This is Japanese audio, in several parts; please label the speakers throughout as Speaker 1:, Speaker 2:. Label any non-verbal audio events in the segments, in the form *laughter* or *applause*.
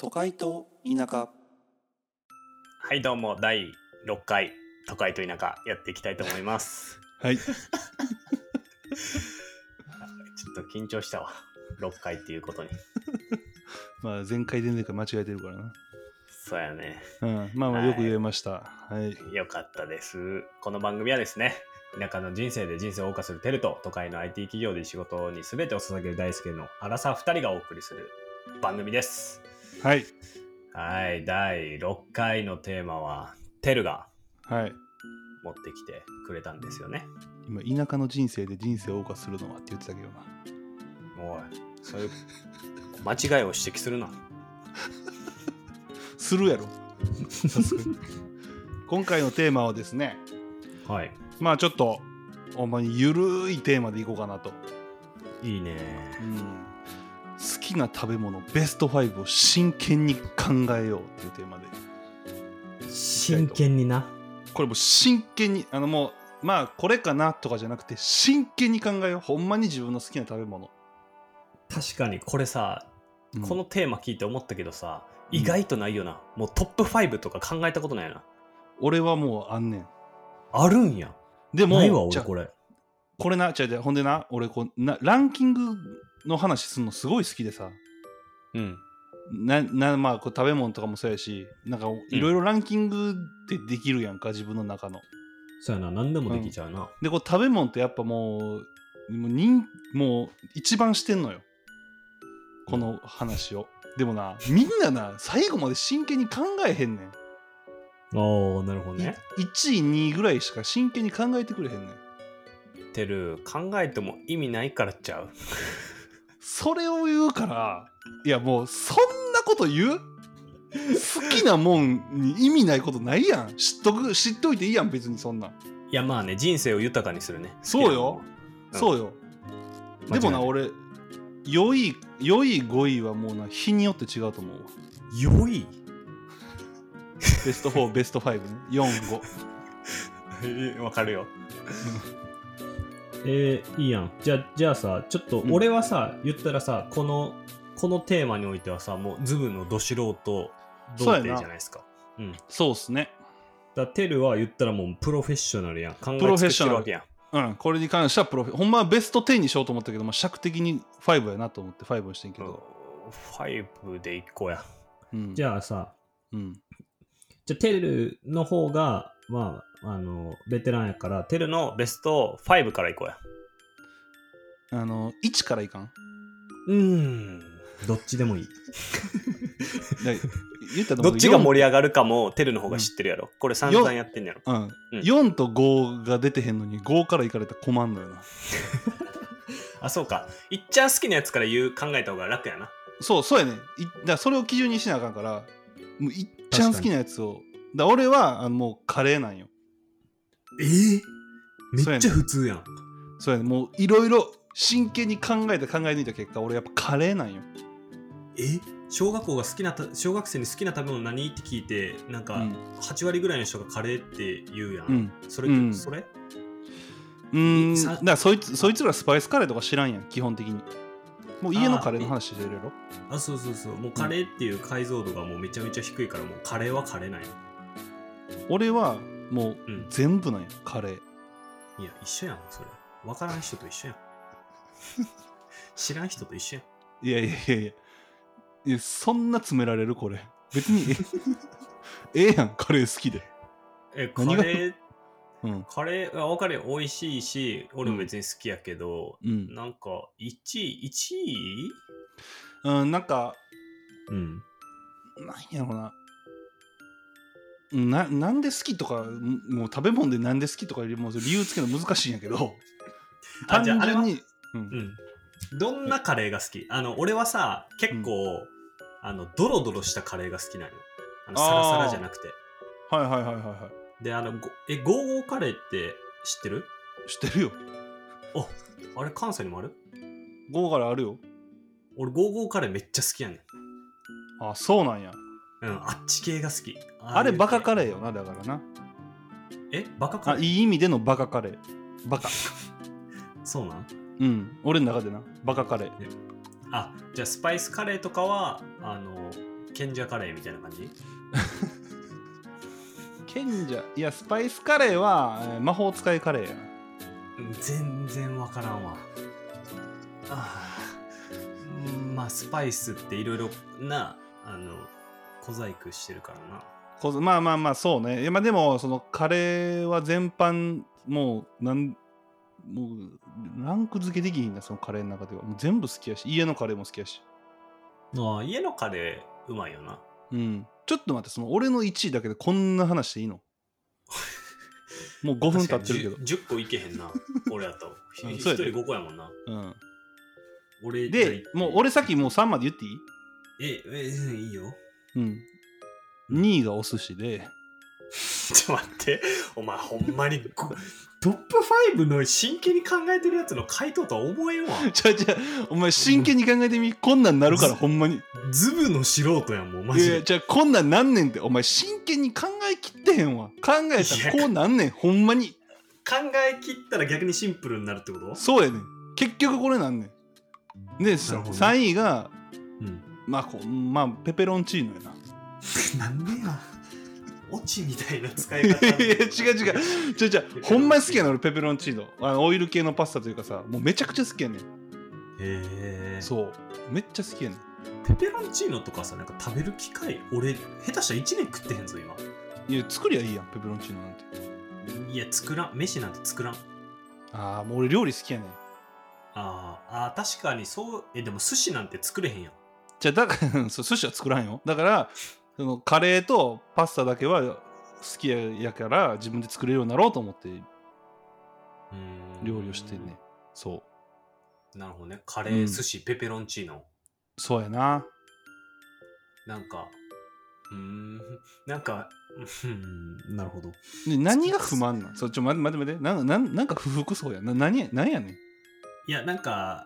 Speaker 1: 都会と田舎
Speaker 2: はいどうも第6回都会と田舎やっていきたいと思います
Speaker 3: はい。
Speaker 2: ちょっと緊張したわ6回っていうことに
Speaker 3: *laughs* まあ、前回前々回間違えてるからな。
Speaker 2: そうやね
Speaker 3: うん。まあま
Speaker 2: は
Speaker 3: あ、
Speaker 2: い
Speaker 3: よく言えました。はい。
Speaker 2: よかったですこの番組はですね田舎の人生で人生を謳歌するテルと都会の IT 企業で仕事に全てを捧げる大輔のアラサー2人がお送りする番組です
Speaker 3: はい。
Speaker 2: はい第6回のテーマはテルが
Speaker 3: はい。
Speaker 2: 持ってきてくれたんですよね
Speaker 3: 今、田舎の人生で人生を謳歌するのはって言ってたけどな。
Speaker 2: おいそういう間違いを指摘するな
Speaker 1: *laughs*
Speaker 3: するやろ。さすがに。今回のテーマはですね、
Speaker 2: はい
Speaker 3: まあちょっと、ほんまにゆるいテーマでいこうかなと。
Speaker 2: いいね
Speaker 3: うん。好きな食べ物ベスト5を真剣に考えようっていうテーマで。
Speaker 2: 真剣にな
Speaker 3: これもう真剣に、あのもう、まあこれかなとかじゃなくて、真剣に考えよう。ほんまに自分の好きな食べ物。
Speaker 2: 確かにこれさ、
Speaker 3: うん
Speaker 2: このテーマ聞いて思ったけどさ意外とないよな、もうトップ5とか考えたことないよな
Speaker 3: 俺はもうあんねん
Speaker 2: あるんや
Speaker 3: でも
Speaker 2: ないわ
Speaker 3: じゃ
Speaker 2: 俺
Speaker 3: あ
Speaker 2: これ
Speaker 3: これなじゃあじゃあほんでな俺こうなランキングの話するのすごい好きでさ
Speaker 2: うん
Speaker 3: ななまあこう食べ物とかもそうやしなんかいろいろランキングってできるやんか、自分の中の
Speaker 2: そうやな何でもできちゃうな、
Speaker 3: でこう食べ物ってやっぱもうもう人もう一番してんのよこの話を、でもなみんなな最後まで真剣に考えへんねん
Speaker 2: おーなるほどね
Speaker 3: 1位2位ぐらいしか真剣に考えてくれへんねん
Speaker 2: てる考えても意味ないからちゃう
Speaker 3: それを言うからいやもうそんなこと言う好きなもんに意味ないことないやん知っとく知っといていいやん別にそんなん
Speaker 2: いやまあね人生を豊かにするね
Speaker 3: そうよ
Speaker 2: うん
Speaker 3: そうよ
Speaker 2: 好き
Speaker 3: で
Speaker 2: な
Speaker 3: も
Speaker 2: も
Speaker 3: な
Speaker 2: の
Speaker 3: 俺4位4位5位はもうな日によって違うと思うわ
Speaker 2: 間違いない良い
Speaker 3: ベスト4
Speaker 2: *laughs*
Speaker 3: ベスト5ね45
Speaker 2: わかるよ *laughs* えー、いいやんじゃじゃあさちょっと俺はさ、言ったらさこのこのテーマにおいてはさもうズブのど素人童貞じゃないですか
Speaker 3: そうっすね
Speaker 2: だからテルは言ったらもうプロフェッショナルやん考え
Speaker 3: プロフ
Speaker 2: 尽
Speaker 3: ェッ
Speaker 2: くし
Speaker 3: シ
Speaker 2: て
Speaker 3: ョナ
Speaker 2: る
Speaker 3: ル
Speaker 2: わけやん
Speaker 3: うんこれに関してはプロフェほんまはベスト10にしようと思ったけど、まあ、尺的に5やなと思って5にしてんけ
Speaker 2: け
Speaker 3: ど、
Speaker 2: ど5で1個や
Speaker 3: うん、
Speaker 2: じ
Speaker 3: ゃ
Speaker 2: ゃあさ
Speaker 3: うん
Speaker 2: じゃあテルの方がまああのベテランやからテルのベスト5からいこうや
Speaker 3: あの1からいか
Speaker 2: *laughs*
Speaker 3: ん
Speaker 2: うーんどっちでもいい
Speaker 3: だから言ったと思
Speaker 2: ど
Speaker 3: う
Speaker 2: っ
Speaker 3: け
Speaker 2: ちが盛り上がるかもテルの方が知ってるやろ、これ散々やってんねやろ
Speaker 3: うん、
Speaker 2: うん
Speaker 3: 4と5が出てへんのに5からいかれたら困んのよな
Speaker 2: あそうかいっちゃん好きなやつから言う考えた方が楽やな
Speaker 3: そうそうやねいだからそれを基準にしなあかんからもういっちゃん好きなやつをだから俺はあのもうカレーなんよ
Speaker 2: え
Speaker 3: めっちゃ
Speaker 2: 普通やん
Speaker 3: そうやねもういろいろ真剣に考えて考え抜いた結果俺やっぱカレーなんよ
Speaker 2: え小学校が好きなた小学生に好きな食べ物何って聞いてなんか
Speaker 3: うん
Speaker 2: 8割ぐらいの人がカレーって言うやん、
Speaker 3: うん
Speaker 2: それって、
Speaker 3: うん
Speaker 2: それ
Speaker 3: うーん
Speaker 2: さ
Speaker 3: だからそいつそいつらスパイスカレーとか知らんやん基本的にもう家のカレーの
Speaker 2: あー
Speaker 3: 話してるやろ
Speaker 2: あそうそうそうもうカレーっていう解像度がもうめちゃめちゃ低いからもうカレーはカレーなんや
Speaker 3: 俺はもう
Speaker 2: うん
Speaker 3: 全部なんよカレー
Speaker 2: いや一緒やんそれ分からん人と
Speaker 3: *laughs*
Speaker 2: 一緒やん知らん人と一緒やん
Speaker 3: いやいやいやいやいやそんな詰められるこれ別にえええやんカレー好きで
Speaker 2: えカレ
Speaker 3: 何が
Speaker 2: ー
Speaker 3: うん
Speaker 2: カレーは分かるよ美味しいし俺も別に好きやけど、
Speaker 3: うん、
Speaker 2: なんか1位1位
Speaker 3: うん、なんか
Speaker 2: うん
Speaker 3: なんやろなななんで好きとかんもう食べ物でなんで好きとかよりも理由つけるの難しいんやけど
Speaker 2: あ
Speaker 3: 単
Speaker 2: じゃあ
Speaker 3: 純
Speaker 2: あれは
Speaker 3: にうん
Speaker 2: うん。どんなカレーが好きあの、俺はさ、結構、あの、ドロドロしたカレーが好きなの。あの、サラサラじゃなくて。
Speaker 3: はいはいはいはいは
Speaker 2: で、あの、ごえ、ゴーゴーカレーって知ってる
Speaker 3: い知ってるよ
Speaker 2: あれ、関西にもある
Speaker 3: ゴーガラあるよ
Speaker 2: 俺、ゴーゴーカレーめっちゃ好きやねん。
Speaker 3: あそうなんや
Speaker 2: うん、あっち系が好き。
Speaker 3: あれバカカレーよ
Speaker 2: な。
Speaker 3: なだからな
Speaker 2: え、バカカ
Speaker 3: あ
Speaker 2: レー
Speaker 3: いい意味でのバカカレーバカ
Speaker 2: そうなん
Speaker 3: うん俺の中でなバカカレー
Speaker 2: あ、じゃあ、スパイスカレーとかは、あの、賢者カレーみたいな感じ
Speaker 3: 賢者いやスパイスカレーはえー魔法使いカレーや
Speaker 2: 全然わからんわああうんまあスパイスっていろいろなあの小細工してるからな
Speaker 3: こまあまあまあそうねいやまあでもそのカレーは全般もうなんもうランク付けできひんなそのカレーの中ではもう全部好きやし家のカレーも好きやし
Speaker 2: ああ家のカレーうまいよな
Speaker 3: うんちょっと待ってその俺の1位だけでこんな話していい
Speaker 2: *laughs*
Speaker 3: のもう5分経ってるけど
Speaker 2: 確かに 10, 10個いけへん *laughs* な俺だとひ
Speaker 3: うん
Speaker 2: 一
Speaker 3: そう
Speaker 2: 人
Speaker 3: やで
Speaker 2: 5個やもんな
Speaker 3: うん、
Speaker 2: 俺じゃあ
Speaker 3: で
Speaker 2: い
Speaker 3: もう俺さっきもう3まで言っていい
Speaker 2: ええうんいいよ *laughs*
Speaker 3: うん2位がお寿司で
Speaker 2: ちょっと待ってお前ほんまにごトップ5の真剣に考えてるやつの回答とは思えんわ
Speaker 3: ちゃうちゃうお前真剣に考えてみこんなんなるからほんまに
Speaker 2: ズブの素人やんもうマ
Speaker 3: い
Speaker 2: ジ
Speaker 3: やいや
Speaker 2: で
Speaker 3: じゃあこんなんなんねんってお前真剣に考えきってへんわ考えたらこうなんねんほんまに
Speaker 2: 考え切ったら逆にシンプルになるってこと
Speaker 3: そうやねん結局これなんねんで、
Speaker 2: なるほどね
Speaker 3: 3位が
Speaker 2: うん
Speaker 3: まあこうまあペペロンチーノやな
Speaker 2: *laughs* なんでやオチみたいな *laughs* 使
Speaker 3: い
Speaker 2: い方
Speaker 3: やいや違う違うちょちょほんまに好きやな俺ペペロンチーノあのオイル系のパスタというかさもうめちゃくちゃ好きやねん
Speaker 2: へえ
Speaker 3: そうめっちゃ好きやねん
Speaker 2: ペペロンチーノとかさなんか食べる機会俺下手したら1年食ってへんぞ今
Speaker 3: いや作りゃいいやんペペロンチーノなんて
Speaker 2: いや作らん飯なんて作らん
Speaker 3: ああもう俺料理好きやねん
Speaker 2: あーあー確かにそうえでも寿司なんて作れへんやん
Speaker 3: じゃあだから *laughs* そう寿司は作らんよだからそのカレーとパスタだけは好きやから自分で作れるようになろうと思って
Speaker 2: うーん
Speaker 3: 料理をしてんねそう
Speaker 2: なるほどねカレー、
Speaker 3: うん
Speaker 2: 寿司ペペロンチーノ
Speaker 3: そうやな
Speaker 2: なんかうーんなんかうんなるほど
Speaker 3: で何が不満なんそうちょ待って待って待ってなんなんなんか不服そうやな何や何やねん
Speaker 2: いやなんか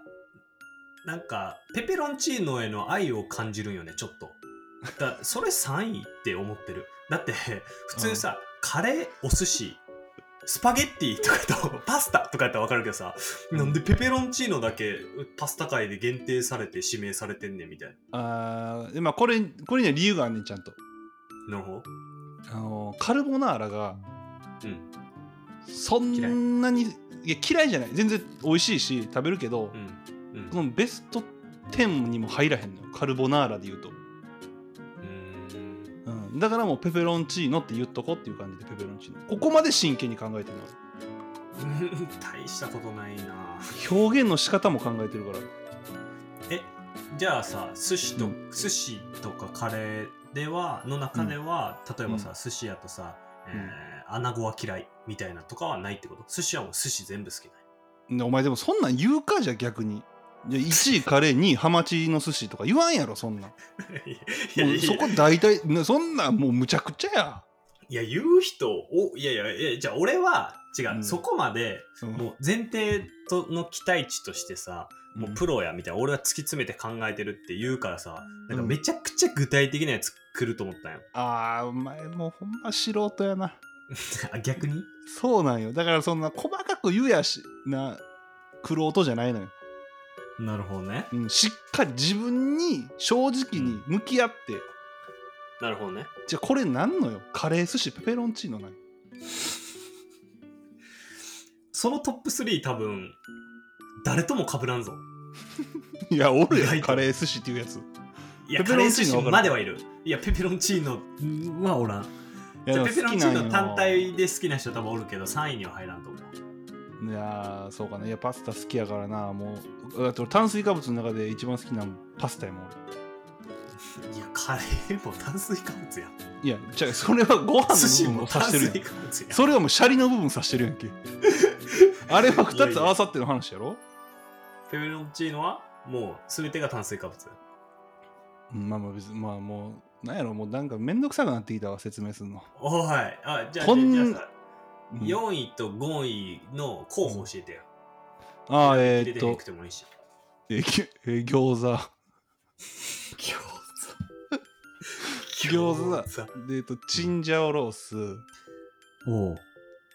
Speaker 2: なんかペペロンチーノへの愛を感じるんよねちょっとだそれ3位って思ってるだって普通さ、カレーお寿司スパゲッティとかと *laughs* パスタとかやったら分かるけどさなんでペペロンチーノだけパスタ界で限定されて指名されてんねんみたい
Speaker 3: あーでまあこれこれには理由があんねんちゃんと
Speaker 2: ななるほど
Speaker 3: あのーカルボナーラが
Speaker 2: うん
Speaker 3: そんなにいや嫌いじゃない全然美味しいし食べるけど、
Speaker 2: うんうん
Speaker 3: このベスト10にも入らへんのよカルボナーラで言うと
Speaker 2: うーん
Speaker 3: うん、だからもうペペロンチーノって言っとこうっていう感じでペペロンチーノここまで真剣に考えてるの
Speaker 2: うん *laughs* 大したことないな
Speaker 3: 表現の仕方も考えてるから
Speaker 2: えじゃあさ寿司と、
Speaker 3: う
Speaker 2: 寿司とかカレーではの中では、例えばさ、
Speaker 3: う
Speaker 2: 寿司屋とさ、えー、穴子は嫌いみたいなとかはないってこと寿司屋も寿司全部好きな
Speaker 3: でお前でもそんなん言うかじゃあ逆にじゃ1位カレー2位ハマチの寿司とか言わんやろそんなん
Speaker 2: ん *laughs* い *laughs* やい
Speaker 3: もう
Speaker 2: や
Speaker 3: そこ大体なそんなんもうむちゃくちゃや、
Speaker 2: いや言う人をいやいやいやじゃあ俺は違う、
Speaker 3: うん
Speaker 2: そこまで
Speaker 3: うん
Speaker 2: もう前提との期待値としてさ、もうプロやみたいな俺は突き詰めて考えてるって言うからさなんかめちゃくちゃ具体的なや *laughs* つ来ると思ったんよ、
Speaker 3: あーお前もうほんま素人やな
Speaker 2: あ逆に
Speaker 3: そうなんよだからそんな細かく言うやしなくろじゃないのよ、
Speaker 2: なるほどね
Speaker 3: うん、しっかり自分に正直に向き合って、
Speaker 2: なるほどね
Speaker 3: じゃあこれなんのよカレー寿司ペペロンチーノなんよ
Speaker 2: そのトップ3多分誰とも被らんぞ
Speaker 3: いや、おる
Speaker 2: 意
Speaker 3: や
Speaker 2: 外
Speaker 3: ん、
Speaker 2: と
Speaker 3: カレー寿司っていうやつ。い
Speaker 2: いや
Speaker 3: ペ
Speaker 2: カ
Speaker 3: ペ
Speaker 2: レ
Speaker 3: ロ
Speaker 2: ー
Speaker 3: ンチ
Speaker 2: 寿
Speaker 3: ーノは分
Speaker 2: 司
Speaker 3: かる
Speaker 2: まではいるいやペペロンチーノはおらんじゃあペペロンチーノ単体で好きな人多分おるけど3位には入らんと思う
Speaker 3: いやー、そうかな。いや、パスタ好きやからな。もう、だって俺炭水化物の中で一番好きなのパスタやもん。
Speaker 2: いやカレーも炭水化物や
Speaker 3: 俺いや、じゃあそれはご飯
Speaker 2: 寿司
Speaker 3: の部分
Speaker 2: も
Speaker 3: を指
Speaker 2: 炭
Speaker 3: してる
Speaker 2: 水
Speaker 3: やん。
Speaker 2: 化物や
Speaker 3: それはもうシャリの部分指してるやんけ。あれは2つ合わさっての話やろ
Speaker 2: ペペロンチーノはもう全てが炭水化物
Speaker 3: うんまあまあ別に、まあもう、なんやろ、もうなんかめんどくさくなってきたわ、説明するの。
Speaker 2: おいあじゃあ
Speaker 3: こん
Speaker 2: じゃあさ
Speaker 3: うん
Speaker 2: 4位と5位の候補教えてよ、
Speaker 3: ああ、えー
Speaker 2: 入れ
Speaker 3: って
Speaker 2: な
Speaker 3: と
Speaker 2: く、てもいいし
Speaker 3: えーぎえー餃子。
Speaker 2: 餃子
Speaker 3: 餃子だで、えーと、チンジャオロース。
Speaker 2: おう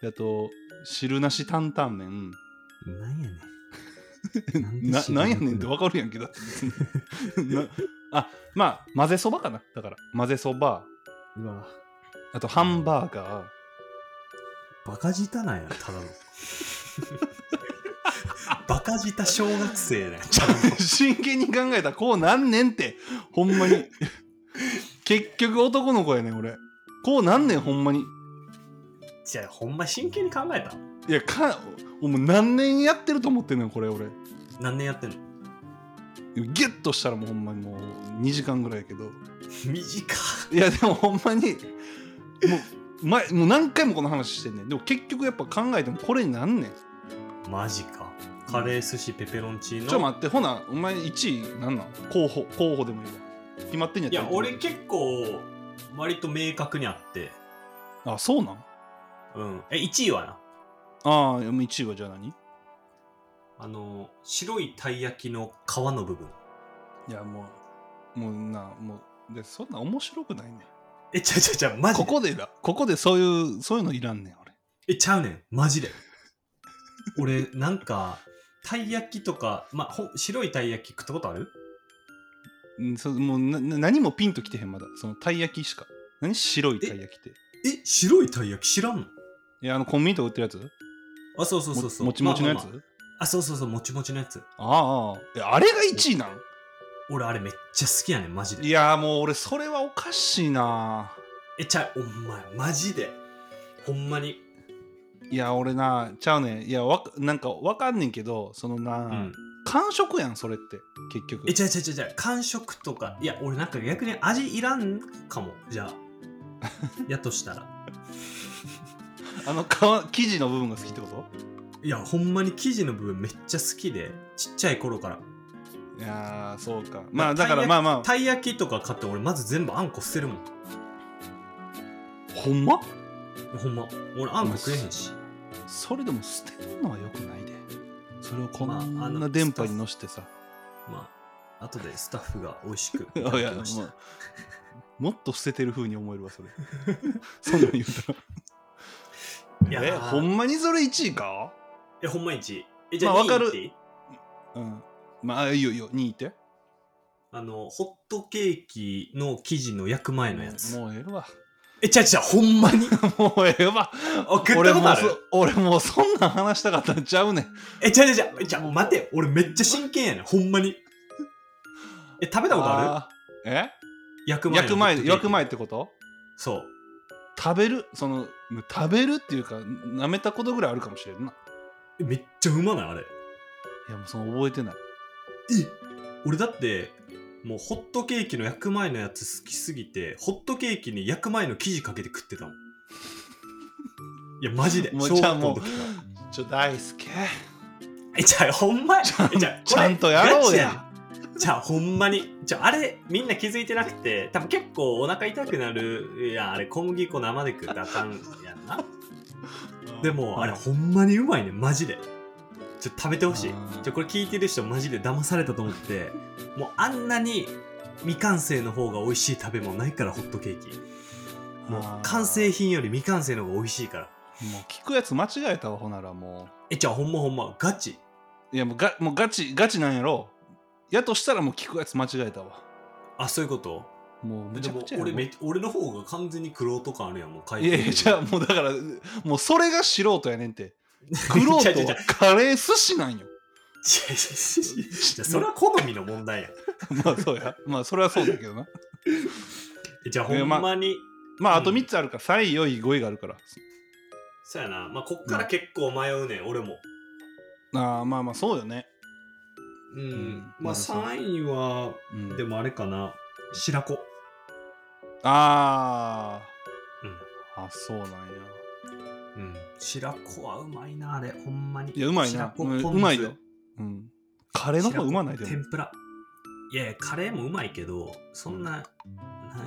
Speaker 3: であと、汁なし担々麺。
Speaker 2: なんやね
Speaker 3: *laughs*
Speaker 2: ん。
Speaker 3: ななんやねんって
Speaker 2: わ
Speaker 3: わかるやんけだって別に *laughs* なまあ混ぜそばかなだから混ぜそば
Speaker 2: うわ
Speaker 3: あとハンバーガー
Speaker 2: バカ舌なんやただの *laughs* バカ舌小学生だよ
Speaker 3: ちゃんと真剣に考えたらこうなんねんってほんまに *laughs* 結局男の子やねん俺こうなんねんほんまに
Speaker 2: じゃあほんま真剣に考えた
Speaker 3: いやかもう何年やってると思ってんのよこれ俺
Speaker 2: 何年やってんの
Speaker 3: ゲットしたらもうほんまにもう2時間ぐらいやけど
Speaker 2: 短っ
Speaker 3: いやでもほんまにもう前もう何回もこの話してんねんでも結局やっぱ考えてもこれになんねん
Speaker 2: マジかカレー寿司ペペロンチーノ
Speaker 3: ちょ待ってほなお前1位なんなん候補候補でもいいわ決まってんやっ
Speaker 2: い
Speaker 3: たら
Speaker 2: や俺結構割と明確にあって
Speaker 3: あそうなん
Speaker 2: うんえ1位はな
Speaker 3: ああ1位はじゃあ何い
Speaker 2: あの白いたい焼きの皮の部分
Speaker 3: やもうもうなもうでそんな面白くないねん
Speaker 2: えちゃうちゃうちゃうマジ
Speaker 3: こ
Speaker 2: で
Speaker 3: こでだここでそういうそういうのいらんねん俺
Speaker 2: えちゃうねんマジで俺なんかたい焼きとか、まあ、ほ白いたい焼き食ったことある
Speaker 3: うんそもうなな何もピンときてへんまだそのたい焼きしか何白いたい焼きって
Speaker 2: え白いたい焼き知らんの
Speaker 3: いやあのコンビニとか売ってるやつ
Speaker 2: あそうそうそうそう
Speaker 3: ももちもちのやつ、
Speaker 2: まあまあまああそうそうそうもちもちのやつ
Speaker 3: ああえあれが1位なん
Speaker 2: 俺あれめっちゃ好きやねんマジ
Speaker 3: い
Speaker 2: で
Speaker 3: やもう俺それはおかしいな
Speaker 2: えちゃうお前マジでほんまに
Speaker 3: いや俺なちゃうねんいやわかなんかわかんねんけどそのな、
Speaker 2: うん
Speaker 3: 感触やんそれって結局
Speaker 2: えちゃうちゃうちゃうちゃう感触とかいや俺なんか逆に味いらんかもじ *laughs* ゃあやとしたら
Speaker 3: あの皮生地の部分が好きってこと
Speaker 2: いやほんまに生地の部分めっちゃ好きでちっちゃい頃から
Speaker 3: いやーそうか
Speaker 2: ま
Speaker 3: ま
Speaker 2: あ
Speaker 3: あだから
Speaker 2: たい焼き
Speaker 3: まあまあ
Speaker 2: たい焼きとか買って俺まず全部あんこ捨てるもん
Speaker 3: ほんま
Speaker 2: ほんま俺あんこ食えへんし
Speaker 3: それでも捨てるのはよくないでそれをこ
Speaker 2: まああ
Speaker 3: んな
Speaker 2: の
Speaker 3: 電波に乗せてさ、
Speaker 2: まあ後でスタッフが美味しくい
Speaker 3: *laughs*
Speaker 2: た
Speaker 3: い
Speaker 2: だ
Speaker 3: や
Speaker 2: き
Speaker 3: も
Speaker 2: ました
Speaker 3: うもっと捨ててる風に思えるわそれ *laughs* そんなん言うた
Speaker 2: いや
Speaker 3: らえ
Speaker 2: ー
Speaker 3: ほんまにそれ1位か
Speaker 2: えほんま1位えじゃあ
Speaker 3: まあ
Speaker 2: 2
Speaker 3: わかる
Speaker 2: 位っていい
Speaker 3: うんまあいいよいいよ2位って
Speaker 2: あのホットケーキの生地の焼く前のやつ
Speaker 3: もうもうええわ
Speaker 2: えちゃうちゃうほん
Speaker 3: *laughs*
Speaker 2: まに
Speaker 3: もうええわ
Speaker 2: 送ったこ
Speaker 3: 俺
Speaker 2: と
Speaker 3: も
Speaker 2: あ
Speaker 3: うそ
Speaker 2: る
Speaker 3: 俺もうそんなん話したかったんちゃうねん
Speaker 2: えちゃうちゃうちゃうえちゃうもう待てよ俺めっちゃ真剣やねんほんまにえ食べたことある
Speaker 3: あーえ
Speaker 2: 焼く前の
Speaker 3: 焼く前
Speaker 2: ホットケーキ
Speaker 3: 焼く前ってこと
Speaker 2: そう
Speaker 3: 食べるその食べるっていうか舐めたことぐらいあるかもしれんな
Speaker 2: えめっちゃうまないあ
Speaker 3: い
Speaker 2: れ
Speaker 3: やもうその覚えてない
Speaker 2: 俺だってもうホットケーキの焼く前のやつ好きすぎてホットケーキに焼く前の生地かけて食ってたもんいやマジで
Speaker 3: もう
Speaker 2: 小学
Speaker 3: じゃ
Speaker 2: 校
Speaker 3: あも
Speaker 2: の
Speaker 3: う
Speaker 2: 時から
Speaker 3: ちょ大輔
Speaker 2: えじゃあほんまや
Speaker 3: ちゃん
Speaker 2: えじゃあ
Speaker 3: ちゃんとやろうや
Speaker 2: じゃあほんまにじゃああれみんな気づいてなくて多分結構お腹痛くなるいやあれ小麦粉生で食うたらあかんやんなでもあれほんまにうまいねマジでちょっと食べてほしい
Speaker 3: うん
Speaker 2: ちょこれ聞いてる人マジで騙されたと思ってもうあんなに未完成の方が美味しい食べ物ないからホットケーキもう
Speaker 3: あー
Speaker 2: 完成品より未完成の方が美味しいから
Speaker 3: もう聞くやつ間違えたわほならも
Speaker 2: えじゃあほんまほんまガチ
Speaker 3: ういやもうがもうガチガチなんやろやとしたらもう聞くやつ間違えたわ
Speaker 2: あそういうこと
Speaker 3: もうむち
Speaker 2: で
Speaker 3: ゃく
Speaker 2: も
Speaker 3: ちゃや
Speaker 2: 俺
Speaker 3: ろ
Speaker 2: め俺の方が完全にクロート感あるやんもう書い
Speaker 3: い
Speaker 2: て
Speaker 3: やいやじゃあもうだからもうそれが素人やねん
Speaker 2: *laughs*
Speaker 3: って苦労
Speaker 2: 違う違う違う
Speaker 3: とカレー寿司なんよ
Speaker 2: い
Speaker 3: *laughs*
Speaker 2: やいやいやいやそれは好みの問題や
Speaker 3: まあそうやまあそれはそうだけどな
Speaker 2: えじゃあほ
Speaker 3: いや
Speaker 2: ん
Speaker 3: まあ
Speaker 2: まに
Speaker 3: まあ
Speaker 2: う
Speaker 3: あ
Speaker 2: ん
Speaker 3: と3つあるから3位4位5位があるから
Speaker 2: そうやなまあこっから結構迷うねん俺も
Speaker 3: ああまあまあそうよね
Speaker 2: うん、
Speaker 3: ん
Speaker 2: まあ3位は
Speaker 3: うん
Speaker 2: でもあれかな白子
Speaker 3: あ
Speaker 2: うん
Speaker 3: ああそうなんや
Speaker 2: うん、白子はうまいなあれほんまに
Speaker 3: いやうまい
Speaker 2: 白
Speaker 3: な
Speaker 2: 子
Speaker 3: うまい
Speaker 2: ポ
Speaker 3: う
Speaker 2: ン酢
Speaker 3: まいようんカレーの方がうまないで
Speaker 2: 白子
Speaker 3: も
Speaker 2: 天ぷらいやいやカレーもうまいけどそんな、なんや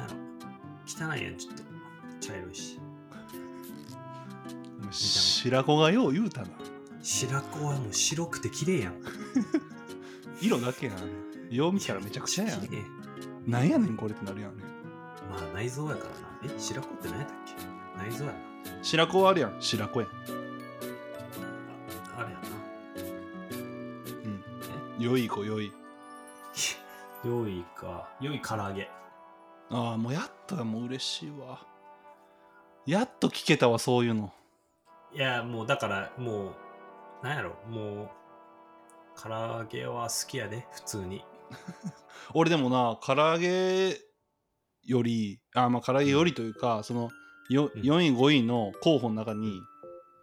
Speaker 2: ろ汚いやんちょっと茶色いし
Speaker 3: 白子がよう言うたな
Speaker 2: 白子はもう白くて綺麗やん
Speaker 3: 色だけやん *laughs* よう見たらめちゃくちゃや
Speaker 2: 綺
Speaker 3: ん
Speaker 2: 麗
Speaker 3: *laughs* なんやねんこれってなるやんね
Speaker 2: まあ内臓やからなえ白子って何やったっけ内臓やな
Speaker 3: 白子はあるやん白子やん
Speaker 2: あれやな *laughs*
Speaker 3: 良い子良い
Speaker 2: 良いか良い唐揚げ
Speaker 3: ああ、もうやっとや、もう嬉しいわ。やっと聞けたわ、そういうの。
Speaker 2: いやもうだからもうなんやろもう唐揚げは好きやで普通に
Speaker 3: 俺でもな、唐揚げより、あーまあ唐揚げよりというか、そのよ、
Speaker 2: うん
Speaker 3: 4位、5位の候補の中に、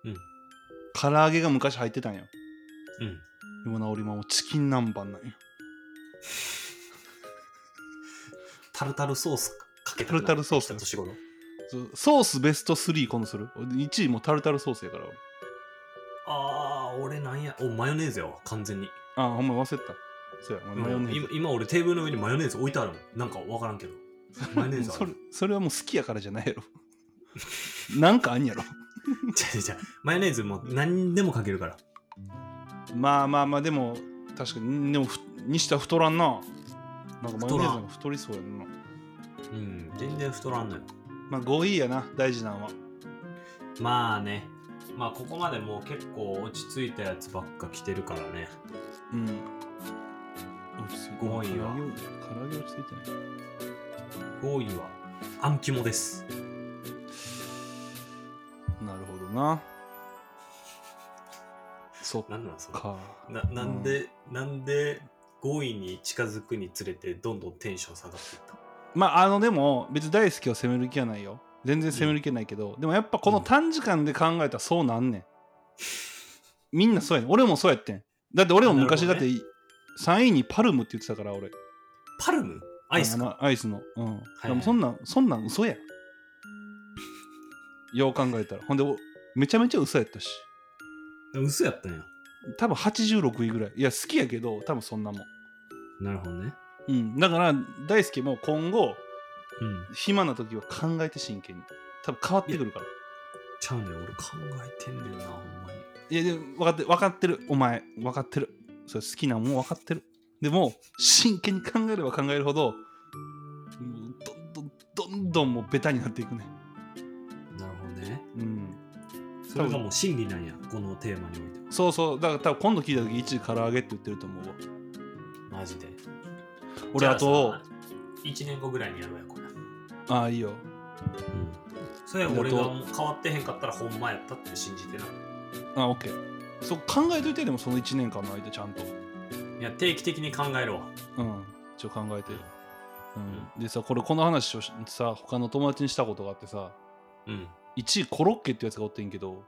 Speaker 2: うん
Speaker 3: 唐揚げが昔入ってたんよ。
Speaker 2: うん
Speaker 3: でもな、俺今もうチキン南蛮なんよ。
Speaker 2: タルタルソースかけた
Speaker 3: タルタルソース
Speaker 2: だ年頃
Speaker 3: そソースベスト3今度する1位もタルタルソースやから俺
Speaker 2: あー俺なんやおマヨネーズやわ完全に
Speaker 3: あほんま忘れてたそうや
Speaker 2: うん
Speaker 3: マヨネーズ
Speaker 2: 今今俺テーブルの上にマヨネーズ置いてあるもんなんか分からんけ
Speaker 3: *laughs*
Speaker 2: どマヨネーズあ
Speaker 3: それ
Speaker 2: る
Speaker 3: それはもう好きやからじゃないやろ *laughs* なんかあんやろ
Speaker 2: じ *laughs* ゃじゃマヨネーズもう何でもかけるから
Speaker 3: まあまあまあでも確かにでもふにしたら太らんななんかマヨネーズが太りそうやんな
Speaker 2: うん全然太らんのよ
Speaker 3: まあ5位やな大事なのは
Speaker 2: まあねまあここまでもう結構落ち着いたやつばっか来てるからね
Speaker 3: うん
Speaker 2: 五位は
Speaker 3: 唐揚げ落ち着いてない
Speaker 2: 5位はアンキモです
Speaker 3: なるほどなそっ
Speaker 2: 何なんそれ
Speaker 3: か
Speaker 2: ななんで、なんで5位に近づくにつれてどんどんテンション下がっていった
Speaker 3: まああのでも別に大好きを責める気はないよ全然責める気はないけど、でもやっぱこの短時間で考えたらそうなんねん、みんなそうやねん俺もそうやってんだって俺も昔
Speaker 2: な
Speaker 3: だ
Speaker 2: る
Speaker 3: っ
Speaker 2: ほど
Speaker 3: て3位にパルムって言ってたから俺
Speaker 2: パルムアイス
Speaker 3: あ
Speaker 2: か
Speaker 3: のアイスのうん、
Speaker 2: い
Speaker 3: でもそんなんそんなん嘘やんよう考えたらほんでおめちゃめちゃ嘘やったし
Speaker 2: 嘘やったんや
Speaker 3: 多分86位ぐらいいや好きやけど多分そんなもん
Speaker 2: なるほどね
Speaker 3: うんだから大好きも今後
Speaker 2: うん
Speaker 3: 暇な時は考えて真剣に多分変わってくるから
Speaker 2: ちゃうねん俺考えてんねんなほんまに
Speaker 3: いやでも分かってる分かってるお前分かってるそれ好きなもん分かってるでも真剣に考えれば考えるほどもうどんどんどんどんもうベタになっていくね
Speaker 2: なるほどね
Speaker 3: うん
Speaker 2: それがもう真理なんやこのテーマにおいては
Speaker 3: そうそうだから多分今度聞いた時1位唐揚げって言ってると思うわ
Speaker 2: マジで
Speaker 3: 俺あと
Speaker 2: 1年後ぐらいにやろうやこれうん
Speaker 3: ああいいよ
Speaker 2: それは俺
Speaker 3: じゃ
Speaker 2: が
Speaker 3: あどう
Speaker 2: もう変わってへんかったらほんまやったって信じてな
Speaker 3: あオッケーそう考えといてでもその1年間の間ちゃんと
Speaker 2: いや定期的に考えろ
Speaker 3: うん一応考えてうん、でさこれこの話をしさ他の友達にしたことがあってさ
Speaker 2: うん
Speaker 3: 1位コロッケってやつがおってんけど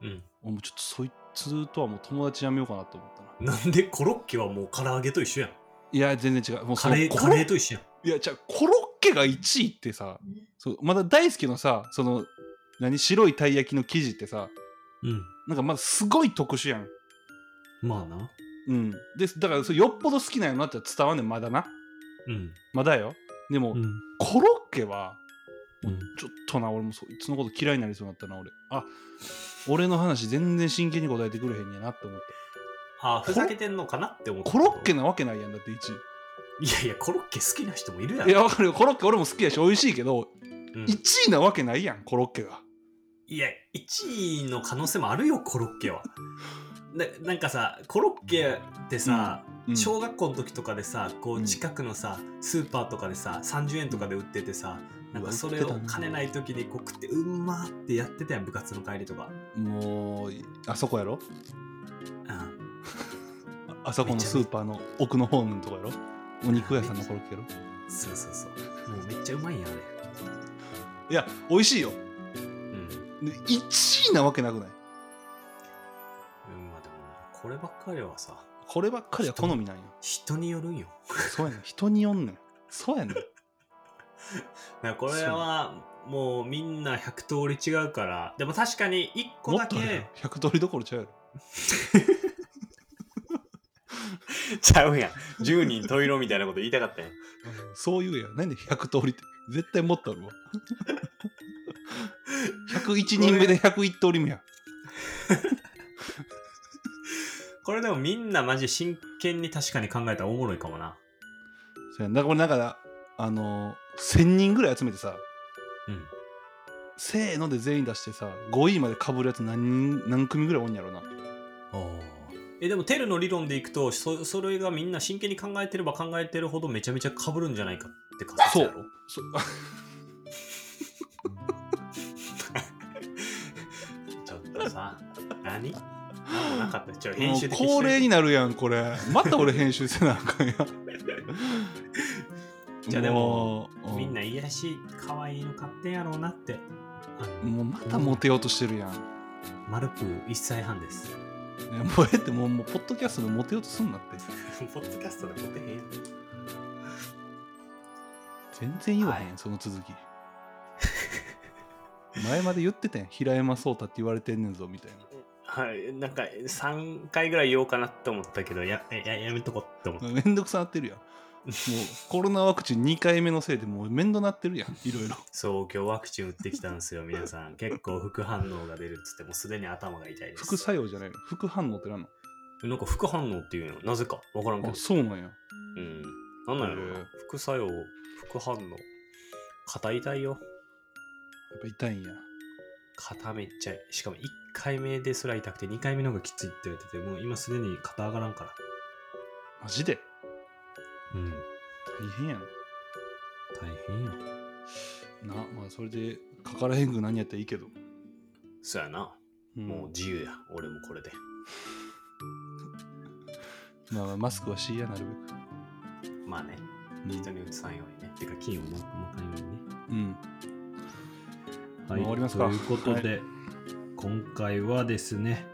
Speaker 2: うん
Speaker 3: 俺もうちょっとそいつとはもう友達やめようかなと思ったな
Speaker 2: なんでコロッケはもう唐揚げと一緒やん
Speaker 3: いや全然違うもうそ
Speaker 2: カ
Speaker 3: の
Speaker 2: レー
Speaker 3: コ
Speaker 2: カ
Speaker 3: ロ
Speaker 2: レーと一緒やん
Speaker 3: いやじゃあコロッケが1位ってさそうまだ大好きのさその何白いたい焼きの生地ってさ
Speaker 2: うん
Speaker 3: なんかまだすごい特殊やん
Speaker 2: まあな。
Speaker 3: うんでだからそれよっぽど好きなんやなって伝わんねんまだな
Speaker 2: うん。
Speaker 3: まだよでも、
Speaker 2: うん。
Speaker 3: コロッケは
Speaker 2: うん、
Speaker 3: ちょっとな俺もそいつのこと嫌いになりそうになったな俺あ俺の話全然真剣に答えてくれへんやなって思っ
Speaker 2: あ、ふざけてんのかなって思ったた。
Speaker 3: コロッケなわけないやんだって1
Speaker 2: いやいや、コロッケ好きな人もいる
Speaker 3: 位
Speaker 2: やろ。
Speaker 3: いやわかるよコロッケ俺も好きやし美味しいけど
Speaker 2: うん
Speaker 3: 1位なわけないやんコロッケが
Speaker 2: いや、1位の可能性もあるよ、コロッケは。ななんかさ、コロッケってさ、
Speaker 3: うん
Speaker 2: 小学校の時とかでさ、こ
Speaker 3: う
Speaker 2: うん近くのさ、スーパーとかでさ、30円とかで売っててさ、なんかそれを金ない時にこう食って、うんまーってやってたやん、部活の帰りとか。
Speaker 3: もうあそこやろ
Speaker 2: うん。
Speaker 3: ああそこのスーパーの奥のホームのとこやろお肉屋さんのコロッケやろ
Speaker 2: そうそうそう。もうめっちゃうまいやん、あれ。
Speaker 3: いや美味しいよ
Speaker 2: うん。
Speaker 3: で1位なわけなくない
Speaker 2: うん、まあでもな、こればっかりはさ、
Speaker 3: こればっかりは好みなんや
Speaker 2: 人によるんよ。
Speaker 3: そうやねん人によんねんそうやねん
Speaker 2: だからこれはもうみんな100通り違うからでも確かに1個
Speaker 3: も
Speaker 2: だ
Speaker 3: っと
Speaker 2: け
Speaker 3: あるやろ100通りどころちゃうやろ
Speaker 2: ちゃうやん10人十色みたいなこと言いたかったやん
Speaker 3: そういうやんなんで100通りって絶対もっとあ *laughs* るわ101人目で101通り目や
Speaker 2: これでもみんなマジ真剣に確かに考えたらおもろいかもな
Speaker 3: そうやんだからこれだからあのー、1000人ぐらい集めてさ
Speaker 2: うん
Speaker 3: せーので全員出してさ5位までかぶるやつ何人何組ぐらいおんやろな
Speaker 2: おえでもテルの理論でいくとそそれがみんな真剣に考えてれば考えてるほどめちゃめちゃ被るんじゃないかって感じだろ
Speaker 3: そ
Speaker 2: *laughs* ちょっとさ何なんもなかったちょ
Speaker 3: も
Speaker 2: 編集
Speaker 3: う
Speaker 2: で
Speaker 3: 恒例
Speaker 2: に
Speaker 3: になるやんこれまた俺編集せなあかん *laughs* やん
Speaker 2: じゃあでも
Speaker 3: うう
Speaker 2: みんな癒やし可愛いの買ってんやろうなって
Speaker 3: もうまたモテようとしてるやん
Speaker 2: マルプー1歳半です *laughs*
Speaker 3: いやもうええってもうもうポッドキャストでモテようとすんなって
Speaker 2: ポッドキャストでモテへんやん
Speaker 3: 全然言わへん、
Speaker 2: は
Speaker 3: その続き *laughs* 前まで言っててん平山壮太って言われてんねんぞみたいな
Speaker 2: はいなんか3回ぐらい言おうかなって思ったけどやややめとこって思った
Speaker 3: めんどくさなってるやんもうコロナワクチン2回目のせいでもう面倒なってるやんいろい
Speaker 2: *laughs*
Speaker 3: ろ
Speaker 2: そう今日ワクチン打ってきたんですよ皆さ *laughs* ん結構副反応が出るっつってもうすでに頭が痛いです
Speaker 3: 副作用じゃないの副反応ってなんの
Speaker 2: なんか副反応っていうのなぜかわからんけど
Speaker 3: あそうなんや
Speaker 2: うんなんなんやろう
Speaker 3: へえ
Speaker 2: な副作用副反応肩痛いよ
Speaker 3: やっぱ痛いんや
Speaker 2: 肩めっちゃしかも1回目ですら痛くて2回目の方がきついって言われててもう今すでに肩上がらんから
Speaker 3: マジで
Speaker 2: うん
Speaker 3: 大変やん
Speaker 2: 大変よ
Speaker 3: なまあそれでかからへんく何やったらいいけど、
Speaker 2: そやな
Speaker 3: うん
Speaker 2: もう自由や俺もこれで
Speaker 3: まあまあマスクはしいやなる
Speaker 2: まあね
Speaker 3: べく
Speaker 2: 人にうつさんようにねてか菌をままかんようにね
Speaker 3: うん、うん
Speaker 2: はい、
Speaker 3: 終わりますか
Speaker 2: ということで、今回はですね、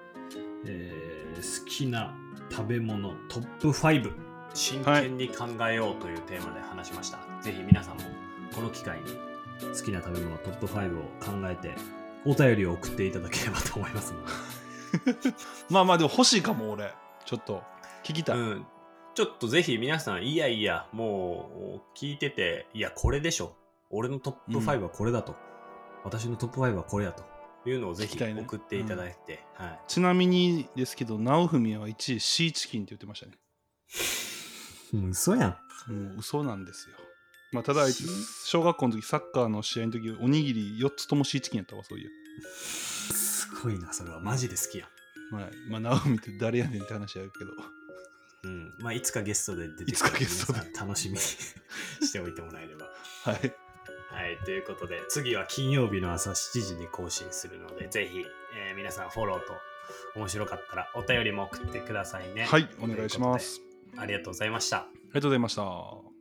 Speaker 2: えー好きな食べ物トップ5真剣に考えようというテーマで話しました、ぜひ皆さんもこの機会に好きな食べ物トップ5を考えてお便りを送っていただければと思いますので、
Speaker 3: まあまあでも欲しいかも俺ちょっと聞きたい、
Speaker 2: うん、ちょっとぜひ皆さんいやいやもう聞いてていやこれでしょ俺のトップ5はこれだと、私のトップ5はこれだというのをぜ
Speaker 3: 聞き
Speaker 2: ひ
Speaker 3: たいね
Speaker 2: 送っていただいて、はい
Speaker 3: ちなみにですけど直文は1位シーチキンって言ってましたね
Speaker 2: うん嘘やん。
Speaker 3: もう嘘なんですよまあただあいつ
Speaker 2: シー
Speaker 3: 小学校の時サッカーの試合の時おにぎり4つともシーチキンやったわそういや
Speaker 2: すごいな、それは。マジで好きやん。
Speaker 3: はいまあ直文って誰やねんって話やるけど
Speaker 2: うん。まあ、いつかゲストで出て
Speaker 3: いつかゲストで
Speaker 2: 皆さん楽しみに *laughs* しておいてもらえれば。
Speaker 3: はい
Speaker 2: はい。ということで、次は金曜日の朝7時に更新するので、ぜひ、えー皆さんフォローと、面白かったらお便りも送ってくださいね。
Speaker 3: はいお願いします
Speaker 2: ありがとうございました。
Speaker 3: ありがとうございました